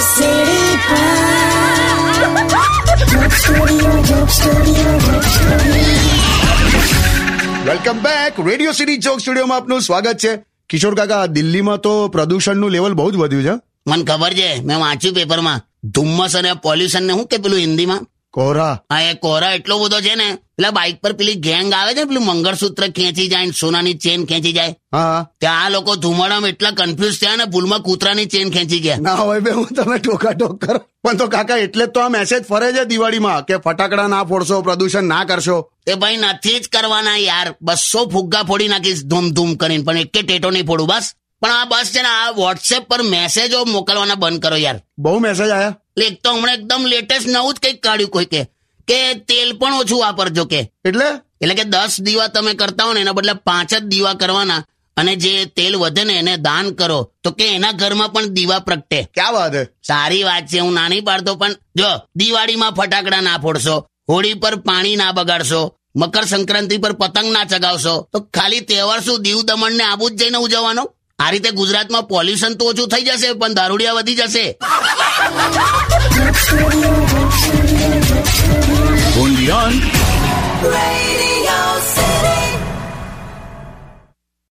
સીડી welcome back radio city ચોક સ્ટુડિયોમાં આપનું સ્વાગત છે કિશોર કાકા દિલ્હીમાં તો પ્રદૂષણનું લેવલ બહુ જ વધ્યું છે મને ખબર છે મેં વાંચ્યું પેપરમાં ધુમ્મસ અને પોલ્યુશન ને શું કે પેલું હિન્દીમાં કોહરા આ એ કોહરા એટલો બધો છે ને પેલા બાઇક પર પેલી ગેંગ આવે છે ને, પેલું મંગળસૂત્ર ખેંચી જાય ને સોનાની ચેન ખેંચી જાય હા ત્યાં આ લોકો ધુમાડામાં એટલા કન્ફ્યુઝ થયા ને ભૂલમાં કૂતરાની ચેન ખેંચી ગયા ના હોય બે હું તમે ટોકા ટોક કરો પણ તો કાકા એટલે જ તો આ મેસેજ ફરે છે દિવાળીમાં કે ફટાકડા ના ફોડશો પ્રદૂષણ ના કરશો એ ભાઈ નથી જ કરવાના યાર બસો ફુગ્ગા ફોડી નાખીશ ધૂમ ધૂમ કરીને પણ એકે ટેટો નહીં ફોડું બસ પણ આ બસ છે ને આ વોટ્સએપ પર મેસેજો મોકલવાના બંધ કરો યાર બહુ મેસેજ આયા એટલે એક તો હમણાં એકદમ લેટેસ્ટ નવું જ કંઈક કાઢ્યું કોઈ કે કે તેલ પણ ઓછું વાપરજો કે એટલે એટલે કે દસ દીવા તમે કરતા હો ને એના બદલે પાંચ જ દીવા કરવાના અને જે તેલ વધે ને એને દાન કરો તો કે એના ઘરમાં પણ દીવા પ્રગટે ક્યાં વાત હે સારી વાત છે હું નાની પાડતો પણ જો દિવાળીમાં ફટાકડા ના ફોડશો હોળી પર પાણી ના બગાડશો મકર સંક્રાંતિ પર પતંગ ના ચગાવશો તો ખાલી તહેવાર શું દીવ દમણ ને આબુ જ જઈને ઉજવવાનો આ રીતે ગુજરાતમાં પોલ્યુશન તો ઓછું થઈ જશે પણ દારૂડિયા વધી જશે